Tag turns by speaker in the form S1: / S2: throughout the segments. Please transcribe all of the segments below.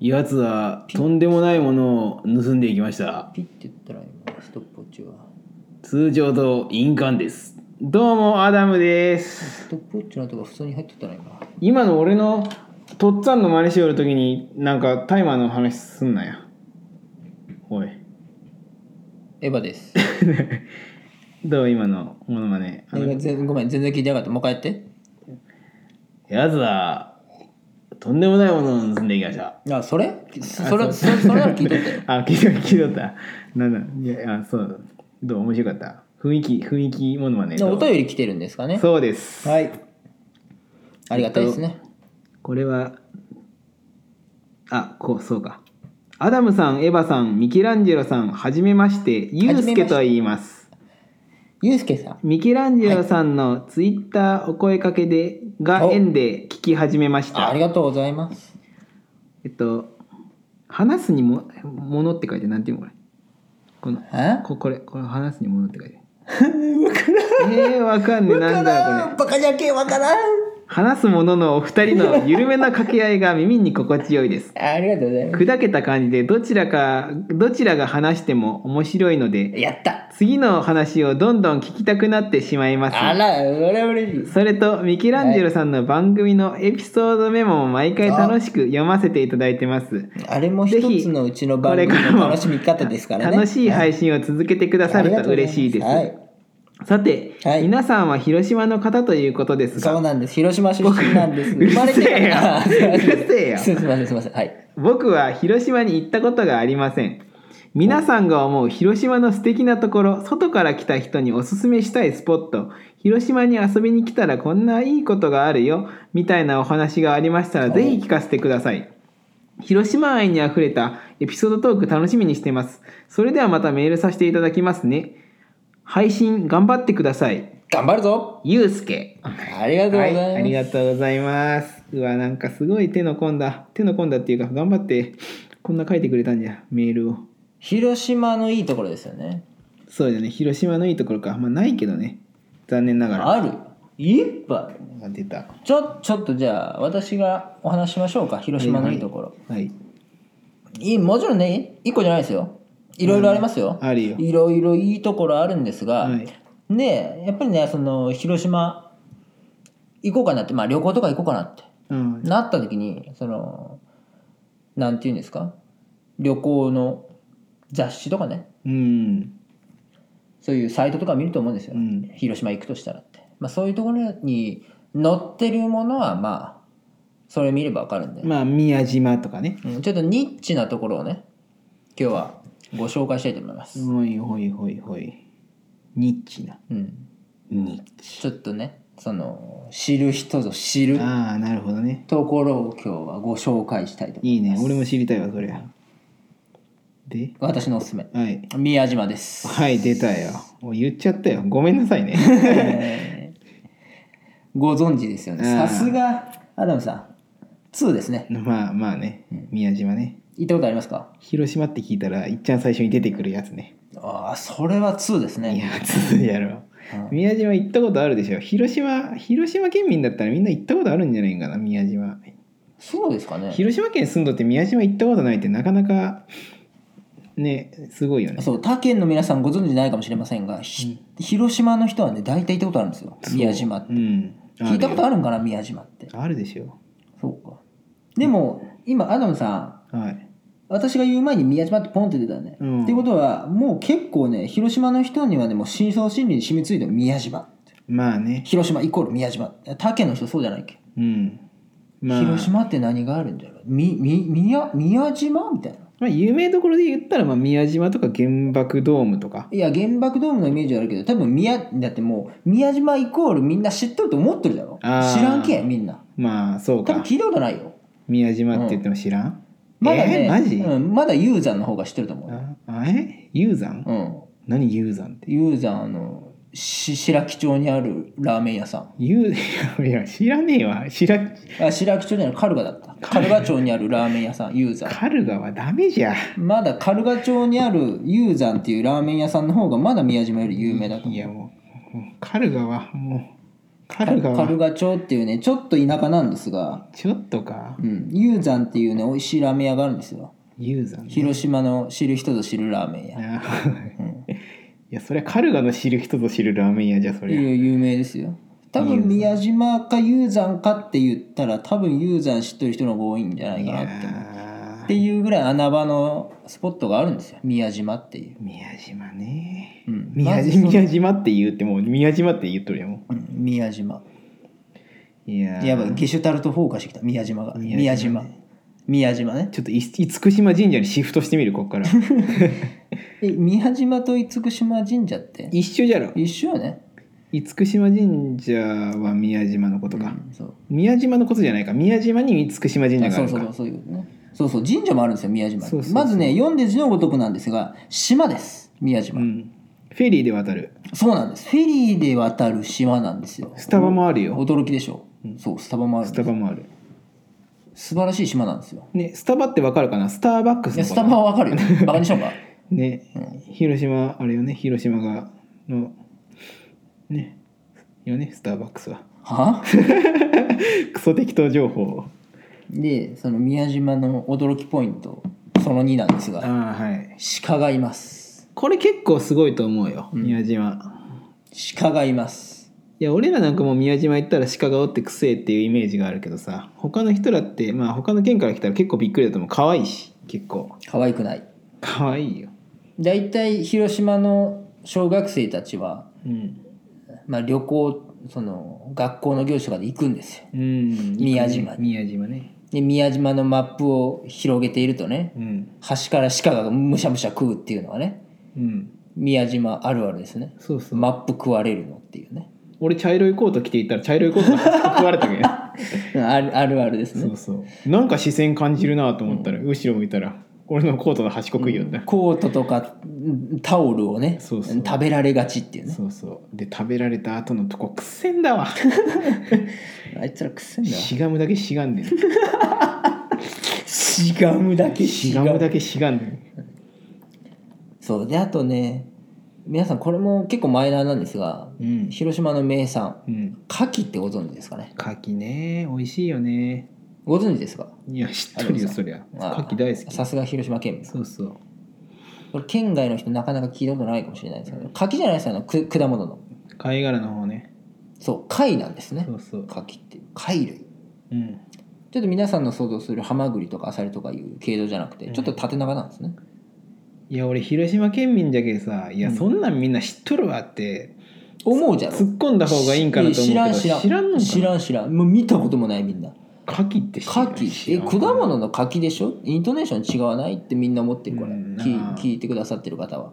S1: やつはとんでもないものを盗んでいきました
S2: ピッて言ったら今ストップウォッチは
S1: 通常と印鑑ですどうもアダムです
S2: ストップウォッチのとこ普通に入ってたら今
S1: 今の俺のとっつぁんの真似しよる時になんかタイマーの話すんなやおい
S2: エヴァです
S1: どう今のモノマネあの
S2: 全ごめん全然聞いてなかったもう一回やって
S1: やつはとんでもないものを盗んでいきました
S2: あそれそれそれそれなら聞いとったよ
S1: あ聞いた聞いとったなんだいやあそうどう面白かった雰囲気雰囲気モノマネ
S2: で
S1: どう
S2: お便り来てるんですかね
S1: そうです
S2: はいありがたいですね
S1: これはあこうそうかアダムさんエヴァさんミケランジェロさんはじめましてユうスケと言います
S2: ゆうすけさん
S1: ミケランジェロさんのツイッターお声かけで、が
S2: お
S1: 縁で聞き始めまし
S2: ああ
S1: た
S2: り。がとうございます
S1: えっと話すにもものって書いてなんていうのこれこの
S2: え
S1: ここれこれ話すにものって書 いて。えー、わかんねえなんだこれ。
S2: バカじゃけわからん
S1: 話すもののお二人の緩めな掛け合いが耳に心地よいです。
S2: ありがとうございま
S1: 砕けた感じでどちらかどちらが話しても面白いの
S2: す
S1: で
S2: やった
S1: 次の話をどんどん聞きたくなってしまいます。
S2: あら俺は嬉しい
S1: それとミケランジェロさんの番組のエピソードメモも毎回楽しく読ませていただいてます。
S2: あれも一つのうちの番組の楽しみ方ですからね
S1: 楽しい配信を続けてくださると嬉しいです。
S2: ありがとうございます
S1: さて、
S2: はい
S1: 皆さんは広島の方ということで
S2: はい
S1: す
S2: そう
S1: が、
S2: なんです広島出身なんです
S1: 僕う
S2: から
S1: るせえようるせえよ
S2: すいませんすいませんはい
S1: 僕は広島に行ったことがありません。皆さんが思う広島の素敵なところ、外から来た人におすすめしたいスポット、広島に遊びに来たらこんないいことがあるよ、みたいなお話がありましたら、ぜひ聞かせてください。広島愛にあふれたエピソードトーク楽しみにしてます。それではまたメールさせていただきますね。配信頑張ってください。
S2: 頑張るぞ
S1: ゆうすけ。
S2: ありがとうございま
S1: は
S2: す、
S1: い、ありがとうございます。うわ、なんかすごい手の込んだ、手の込んだっていうか、頑張って、こんな書いてくれたんじゃ、メールを。
S2: 広島のいいところですよね
S1: そうだね、広島のいいところか。まあ、ないけどね。残念ながら。
S2: あるいっぱいある
S1: あ出た。
S2: ちょちょっとじゃあ私がお話ししましょうか広島のいいところ、
S1: はい。
S2: いいもちろんね一個じゃないですよいろいろありますよ、
S1: うんあるよ
S2: いろいろいいところあるんですが、
S1: はい
S2: ねやっぱりねその広島行こうかなって、まあ、旅行とか行こうかなって
S1: うん。
S2: なった時にそのなんていうんですか旅行の雑誌とかね
S1: うん。
S2: そういうサイトとか見ると思うんですよ、
S1: うん
S2: 広島行くとしたらって、まあ、そういうところに載ってるものはまあそれ見ればわかるんで、
S1: まあ、宮島とかね。
S2: うんちょっとニッチなところをね今日はご紹介したいと思います、
S1: ほいほいほいほい。ニッチな。
S2: うん、
S1: ニッチ。
S2: ちょっとねその知る人ぞ知る
S1: ああ、なるほどね。
S2: ところを今日はご紹介したいと思
S1: い
S2: い
S1: い
S2: ます
S1: ね。俺も知りたいわ、そりゃ。で、
S2: 私のおすすめ
S1: はい。
S2: 宮島です
S1: はい、出たよ。お言っちゃったよ。ごめんなさいね。
S2: えーご存知ですよね
S1: あー
S2: さすがアダムさん2ですね
S1: まあまあね、宮島ね。
S2: 行ったことありますか
S1: 広島って聞いたら、いっちゃん最初に出てくるやつね。
S2: ああそれは2です
S1: い
S2: ね
S1: やつやろ。宮島行ったことあるでしょ。広島、広島県民だったらみんな行ったことあるんじゃないんかな、宮島。
S2: そうですかね
S1: 広島県住んどって宮島行ったことないってなかなか、ね、すごいよね。
S2: そう他県の皆さんご存知ないかもしれませんが、ひ広島の人はね大体行ったことあるんですよ宮島って
S1: うん。
S2: 聞いたこと
S1: あ
S2: あるんかな宮島って
S1: るあるでしょ。
S2: そうかでも今アダムさん
S1: はい。
S2: 私が言う前に宮島ってポンって出たね、
S1: うん
S2: っていうことはもう結構ね広島の人にはねもう深層心理に染みついてる宮島
S1: まあね。
S2: 広島イコール宮島他県の人そうじゃないっけ、
S1: うん。まあ、
S2: 広島って何があるんじゃろみみ宮宮島みたいな
S1: まあ、有名どころで言ったら、まあ、宮島とか原爆ドームとか。
S2: いや原爆ドームのイメージはあるけど多分宮だってもう宮島イコールみんな知っとると思ってるだろ知
S1: あー
S2: らんけんみんな
S1: まあ、そう
S2: 多分
S1: か。
S2: 聞いたことないよ
S1: 宮島って言っても知らん、
S2: まだね、
S1: えーマジ、
S2: うん、まだユーザーの方が知ってると思うよ、
S1: ああえユーザン
S2: うん、
S1: 何ユーザンって
S2: ユーザーのし白木町にあるラーメン屋さん
S1: ユー いや知らねえわ知ら
S2: あ白木町じゃないカルガだったカルガ町にあるラーメン屋さんユーザー
S1: カルガはダメじゃ
S2: まだカルガ町にあるユーザーっていうラーメン屋さんの方がまだ宮島より有名だと
S1: い
S2: 思う
S1: やもうもうカルガはもカルガは
S2: カルガ町っていうねちょっと田舎なんですが、
S1: ちょっとか
S2: うん、ユーザンっていうね美味しいラーメン屋があるんですよ
S1: ユーザーね
S2: 広島の知る人ぞ知るラーメン屋、
S1: あ
S2: う
S1: ー
S2: ん、
S1: いやそれはカルガの知る人ぞ知るラーメン屋じゃそ
S2: いや
S1: れ
S2: 有名ですよ多分宮島か雄山かって言ったら多分雄山知ってる人の方が多いんじゃない
S1: い
S2: か
S1: や
S2: なって思う
S1: ー
S2: っていうぐらい穴場のスポットがあるんですよ宮島っていう、
S1: 宮島ね
S2: うん
S1: 宮
S2: まず
S1: 島
S2: その
S1: 宮島って言うってもう宮島って言っとるやも
S2: うん宮島
S1: んいやー
S2: やばいゲシュタルトフォーカスしてきた宮島が
S1: 宮
S2: 宮
S1: 島
S2: 島
S1: ね
S2: 宮島ね
S1: ちょっとい厳島神社にシフトしてみるこっから
S2: え宮島と厳島神社って
S1: 一緒じゃろ
S2: 一緒よね、
S1: 厳島神社は宮島のことか、
S2: うんそう
S1: 宮島のことじゃないか宮島に厳島神社
S2: あ
S1: があ
S2: そ
S1: る
S2: う
S1: か
S2: そうそうそういうことねそうそう神社もあるんですよ宮島って
S1: そうそうそう
S2: まずね読んで字のごとくなんですが島です宮島、
S1: うん、フェリーで渡る
S2: そうなんですフェリーで渡る島なんですよ
S1: スタバもあるよ
S2: 驚きでしょ、
S1: うん
S2: そうスタバもあるん
S1: ス
S2: で
S1: タ
S2: す
S1: バもある
S2: 素晴らしい島なんですよ
S1: ねスタバってわかるかなスターバックス
S2: い
S1: の
S2: や
S1: こと
S2: スタバはわかるよバカにしようか、
S1: ね
S2: うん
S1: 広島あれよね広島がのねよねスターバックスは
S2: は
S1: クソ適当情報
S2: でその宮島の驚きポイントその2なんです
S1: あ
S2: が
S1: あはい
S2: 鹿がいます
S1: これ結構すごいと思うよ
S2: うん
S1: 宮島、
S2: 鹿がいます
S1: いや俺らなんかもう宮島行ったら鹿がおってくせえっていうイメージがあるけどさ他の人らってまあ他の県から来たら結構びっくりだと思う可愛いし結構
S2: 可愛くない
S1: 可愛いよ
S2: だいたい広島の小学生たちは、
S1: うん、
S2: まあ、旅行その学校の行事とかで行くんですよ
S1: うん、
S2: 宮島
S1: 宮島ね
S2: で宮島のマップを広げているとね
S1: うん
S2: 端から鹿がむしゃむしゃ食うっていうのはね
S1: うん
S2: 宮島あるあるですね
S1: そうそう、
S2: マップ食われるのっていうね
S1: 俺茶色いコート着ていったら茶色いコートが食われた けど
S2: うんあるあるあるです
S1: そう
S2: ね
S1: そうなんか視線感じるなと思ったら、後ろ向いたら俺のコートの端っこ食いよった、
S2: コートとかうんタオルをね
S1: そうそう
S2: 食べられがちっていうね
S1: そうそうで食べられた後のとこくせんだ わ
S2: あいつらくせんだ
S1: しがむだけしがんね
S2: しがむだけ
S1: んしがむだけしがんね
S2: そうであとね皆さんこれも結構マイナーなんですが
S1: んうん
S2: 広島の名産
S1: うん
S2: 牡蠣ってご存知ですかね
S1: 牡蠣ね美味しいよね
S2: ご存知ですか
S1: いや知っとるよそりゃ
S2: あ
S1: 牡蠣大好き
S2: さすが広島県民
S1: そうそう
S2: これ県外の人なかなか聞いたことないかもしれないですけど牡蠣じゃないですよあのく果物の
S1: 貝殻の方ね
S2: そう貝なんですね
S1: そうそう
S2: 牡蠣っていう貝類
S1: うん
S2: ちょっと皆さんの想像するハマグリとかアサリとかいう系統じゃなくて
S1: うん
S2: ちょっと縦長なんですね、
S1: いや俺広島県民じゃけさいや
S2: うん
S1: そんなんみんな知っとるわって
S2: 思うじゃろ
S1: 突っ込んだ方がいいんかなと思うけど
S2: 知らん知らん
S1: のか
S2: 知らん知らんもう見たこともないみんな
S1: 牡蠣って知
S2: 牡
S1: らん
S2: 蠣え果物の牡蠣でしょイントネーション違わないってみんな思ってるから、
S1: うん
S2: き
S1: あー
S2: 聞いてくださってる方は、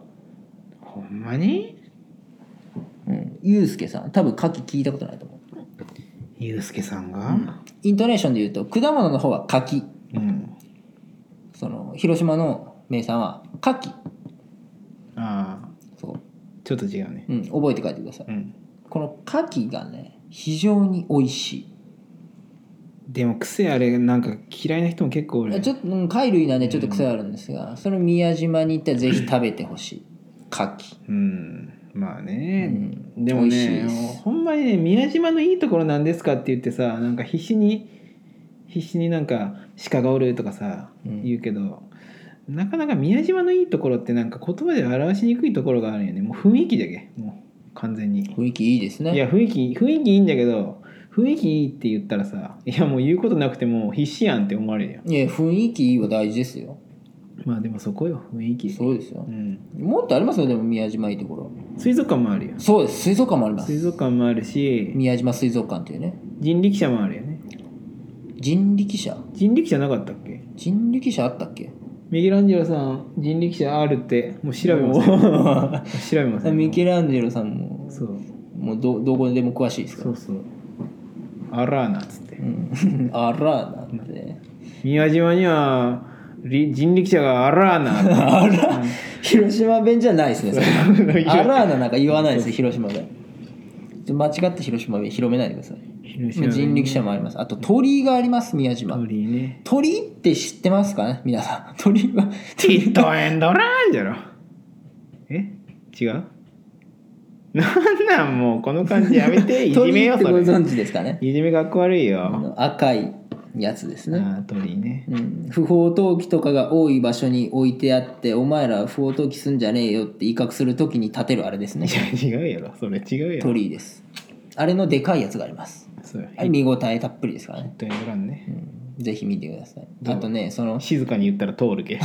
S1: ほんまに
S2: うん、ゆうすけさん多分牡蠣聞いたことないと思う
S1: ゆうすけさんが、
S2: イントネーションで言うと果物の方は牡蠣
S1: うん、
S2: その広島の名産は牡蠣
S1: ああ
S2: そ
S1: ちょっと違うね
S2: う、うん、覚えて帰ってください
S1: うん
S2: この牡蠣がね非常に美味しい
S1: でも癖あれなんか嫌いな人も結構おる
S2: ちょっとうん貝類なんでちょっと癖あるんですが、それ宮島に行ったらぜひ食べてほしい牡
S1: うんまあね、
S2: うん
S1: でも
S2: 美味しい
S1: ね
S2: です
S1: ほんまにね宮島のいいところなんですかって言ってさなんか必死に必死になんか鹿がおるとかさ、
S2: うん
S1: 言うけどなかなか宮島のいいところってなんか言葉では表しにくいところがあるよねもう雰囲気じゃけもう完全に
S2: 蠣雰囲気いいですね
S1: いや雰囲気雰囲気いいんだけど雰囲気いいって言ったらさいやもう言うことなくてもう必死やんって思われるよ
S2: いや雰囲気いいは大事ですよ
S1: まあでもそこよ雰囲気
S2: そうですよ
S1: うん、
S2: もっとありますよでも宮島いいところ
S1: 水族館もあるよ
S2: そうです水族館もあります
S1: 水族館もあるし
S2: 宮島水族館というね
S1: 人力車もあるよね
S2: 人力車
S1: 人力車なかったっけ
S2: 人力車あったっけ
S1: ミケランジェロさん人力車あるってもう調べません調べません
S2: ミケランジェロさんも
S1: そう
S2: もうどどこでも詳しいですか
S1: そ
S2: ら
S1: うそうあらーなっつって
S2: うんあらなんてね
S1: 宮島にはり人力車があらーな
S2: あら広島弁じゃないですねそれ あ
S1: 広
S2: らあらなんか言わないですよ広島で間違って広島弁広めないでください
S1: 島
S2: 人力車もありますあと鳥居があります宮島
S1: 鳥居ね
S2: 鳥居って知ってますかね皆さん鳥居は
S1: ティットエンドランじゃろえ違うなんなんもうこの感じやめて いじめよそ
S2: 鳥居ってご
S1: れ
S2: 存知ですかね
S1: いじめかっこ悪い
S2: あ
S1: よ、
S2: の赤いやつですね、
S1: ああ鳥居ね
S2: うん、不法投棄とかが多い場所に置いてあってお前ら不法投棄すんじゃねえよって威嚇するときに立てるあれですね
S1: いや違うやろそれ違うやろ
S2: 鳥居ですあれのでかいやつがあります
S1: そうや
S2: あれ見応えたっぷりですからね、
S1: とやらんね
S2: うん、ぜひ見てください
S1: どう
S2: あとねそのス
S1: 静かに言ったら通るけ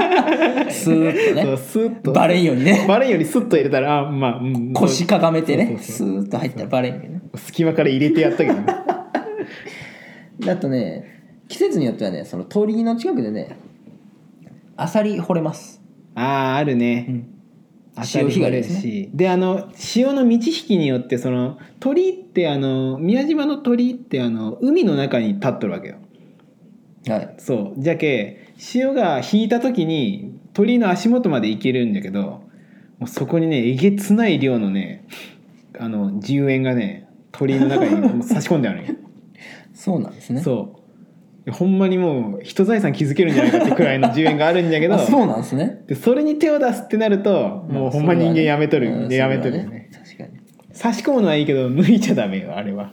S2: ーッ と
S1: そ
S2: ね
S1: うスッと
S2: バレんようにね
S1: バレんよりスッと入れたらあまあ、うん、
S2: 腰かがめてね
S1: そ
S2: ス
S1: う
S2: ーッと入ったらバレんよね
S1: 隙間から入れてやった けどね
S2: だとね季節によってはねその鳥居の近くでねアサリ掘れます、
S1: あああるね、
S2: 潮干狩
S1: で
S2: りですね
S1: しであの潮の満ち引きによってその鳥居ってあの宮島の鳥居ってあの海の中に立っとるわけよ
S2: はい
S1: そうじゃけ潮が引いた時に鳥居の足元まで行けるんだけどもうそこにねえげつない量のねあの10円がね鳥居の中にもう差し込んである んよ
S2: そうなんですね
S1: そうほんまにもう人財産築けるんじゃないかってくらいの10円があるんだけど
S2: あそうなんですね
S1: でそれに手を出すってなるともうほんま人間やめとる、
S2: うん
S1: やめとるよ
S2: それは
S1: ね
S2: 確かに
S1: 差し込むのはいいけど抜いちゃダメよあれは、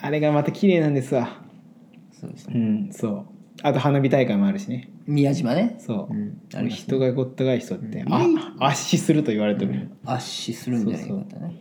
S1: あれがまた綺麗なんですわ
S2: そうです
S1: う
S2: ね
S1: んそうあと花火大会もあるしね
S2: 宮島ね
S1: そう、
S2: うんあ
S1: あ
S2: り
S1: の
S2: ますね
S1: 人がごった返い人って、
S2: うん
S1: あ
S2: いい
S1: 圧死すると言われてる、
S2: 圧死するんじゃないかってね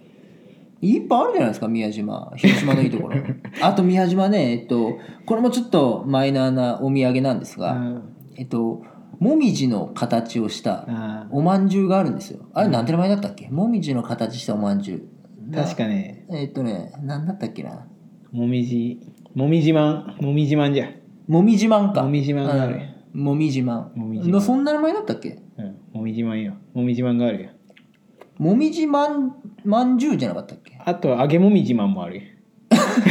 S2: いっぱいあるじゃないですか宮島広島のいい ところあと宮島ねえっとこれもちょっとマイナーなお土産なんです
S1: あ
S2: がえっともみじの形をした
S1: あ
S2: おまんじゅうがあるんですよあれ何て名前だったっけもみじの形したおまんじゅう
S1: 確か
S2: に
S1: ね
S2: えっとね何だったっけな
S1: もみじもみじまんもみじまんじゃ、
S2: もみじまんか
S1: もみじまんがある
S2: うんもみじまん
S1: もみじまん
S2: のそんな名前だったっけ
S1: うん、もみじまんよもみじまんがあるよ
S2: もみじまんまんじゅうじゃなかったっけ
S1: あと揚げもみじまんもあるよ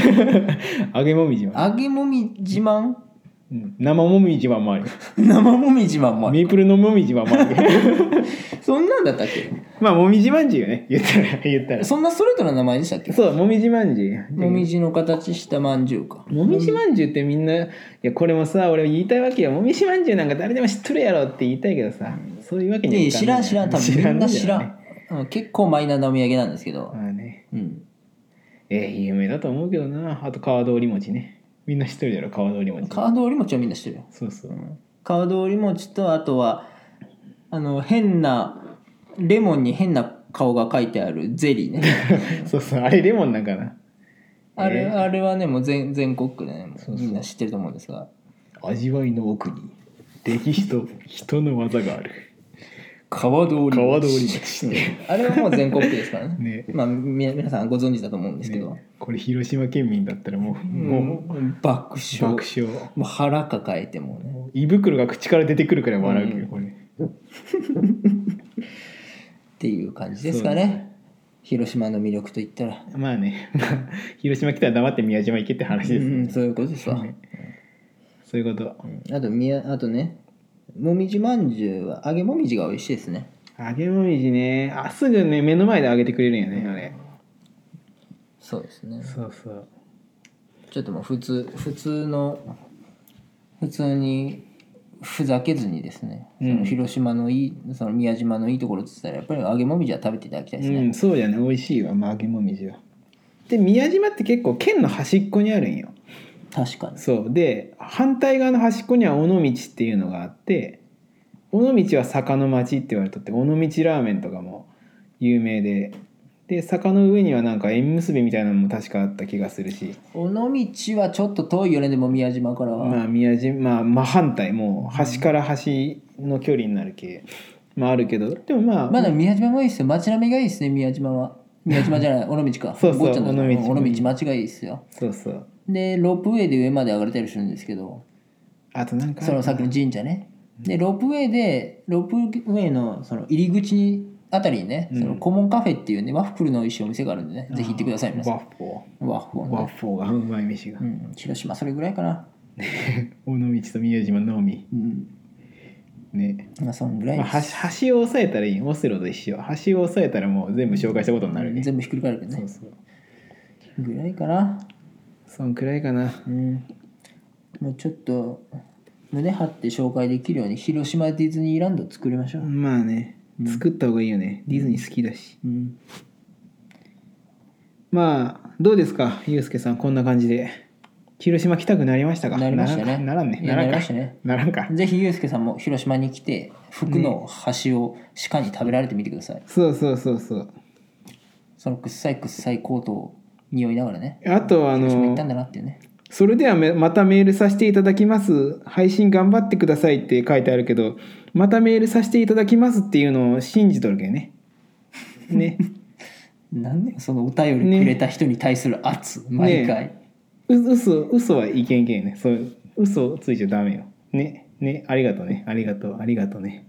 S1: 揚げもみじまん、
S2: 揚げもみじまん
S1: うん、生もみじまんもあるよ
S2: 生もみじまんもある
S1: メープルのもみじまんもあ る
S2: そんなんだったっけ
S1: まあもみじまんじゅうよね言ったら言ったら
S2: そんなストレートな名前でしたっけ
S1: そうもみじまんじゅう
S2: もみじの形したまんじゅうか
S1: もみじまんじゅうってみんないやこれもさ俺言いたいわけよもみじまんじゅうなんか誰でも知っとるやろって言いたいけどさそういうわけに
S2: で
S1: いか
S2: 知らん知らん多分みんな知らん
S1: ね
S2: うん結構マイナーなお土産なんですけど、
S1: まあね
S2: うん、
S1: えー、有名だと思うけどなあと川通り餅ねみんな知っとるやろ川通り餅
S2: カード織り餅はみんな知ってるよ
S1: そうそう
S2: カード織り餅とあとはあの変なレモンに変な顔が書いてあるゼリーね
S1: そうそうあれレモンなんかな
S2: あれ
S1: えー
S2: あれはねもう全全国区でねもう
S1: そうそう
S2: みんな知ってると思うんですが
S1: 味わいの奥に歴史と人の技がある
S2: 川通り餅
S1: 川通り餅ね
S2: あれはもう全国区です からね
S1: ね
S2: まあみ皆さんご存知だと思うんですけど、
S1: これ広島県民だったらもう、も
S2: もう爆
S1: う
S2: 笑
S1: 爆笑
S2: もう腹抱えてもうね
S1: もう胃袋が口から出てくるくらい笑うけど、
S2: うん
S1: これ
S2: っていう感じですかね
S1: そうです
S2: 広島の魅力といったら、
S1: まあね 広島来たら黙って宮島行けって話
S2: う
S1: です、
S2: ん、そういうことですわ、
S1: ねそういうこと
S2: あとみやあとねもみじまんじゅうは揚げもみじが美味しいですね
S1: 揚げもみじねあすぐね目の前で揚げてくれるんやねあれ
S2: そうですね
S1: そうそう
S2: ちょっともう普通普通の普通にふざけずにですね、
S1: うん
S2: その広島のいいその宮島のいいところって言ったらやっぱり揚げもみじは食べていただきたいですね、
S1: うんそうじゃね美味しいわ、まあ、揚げもみじはで宮島って結構県の端っこにあるんよ
S2: 確かに
S1: そうで反対側の端っこには尾道っていうのがあって尾道は坂の町って言われとって尾道ラーメンとかも有名でで坂の上にはなんか縁結びみたいなのも確かあった気がするし
S2: 尾道はちょっと遠いよねでも宮島からは、
S1: まあ宮島まあ真反対もう端から端の距離になる系まああるけどでもまあ
S2: まだ宮島もいいですよ。町並みがいいですね、宮島は。宮島じゃ ない、尾道か。
S1: そうそう
S2: ごっちゃんだ
S1: 尾道
S2: 尾道、町がいいですよ。
S1: そうそう
S2: で、ロープウェイで上まで上がれたりするんですけど、
S1: あとなんか
S2: そのさっきの神社ね。で、ロープウェイで、ロープウェイのその入り口あたりにね、
S1: うん
S2: そのコモンカフェっていうね、ワッフルの美味しいお店があるんでね、ぜひ行ってください、皆さん。
S1: ワッフォ
S2: ワッフ
S1: ー
S2: ル
S1: ワッ。
S2: ね
S1: フォーがうまい飯が
S2: うん、広島それぐらいかな。
S1: 尾道と宮島のみ
S2: うん、
S1: ね
S2: まあ、そんぐらい
S1: ま
S2: で
S1: あ、
S2: す。
S1: 端端を押さえたらいいオスロと一緒端を押さえたらもう全部紹介したことになるね、
S2: 全部ひっくり返るけど
S1: そ
S2: ね
S1: う。そう
S2: ぐらいかな。
S1: そんくらいかな
S2: うん、もうちょっと胸張って紹介できるように広島ディズニーランド作りましょう、
S1: まあね
S2: うん
S1: 作った方がいいよね、ディズニー好きだし
S2: うん、
S1: まあどうですかゆうすけさんこんな感じで広島来たくなりましたか
S2: なりましたね
S1: ならんか
S2: い
S1: な
S2: や
S1: ら
S2: な
S1: ねなら
S2: んりま
S1: ん
S2: し
S1: か
S2: たね
S1: ならんか
S2: ぜひユうスケさんも広島に来て服の端を鹿に食べられてみてください、
S1: そうそうそうそう
S2: そのくっさいくっさいコートを匂いながらね
S1: あとあ
S2: 広島行ったん
S1: の
S2: だなっていうね
S1: それではめまたメールさせていただきます配信頑張ってくださいって書いてあるけどまたメールさせていただきますっていうのを信じとるけどねね
S2: なんでそのお便りくれた人に対する圧、毎回、
S1: う嘘嘘はいけんけんねそう嘘をついちゃダメよねねありがとうねありがとうありがとうね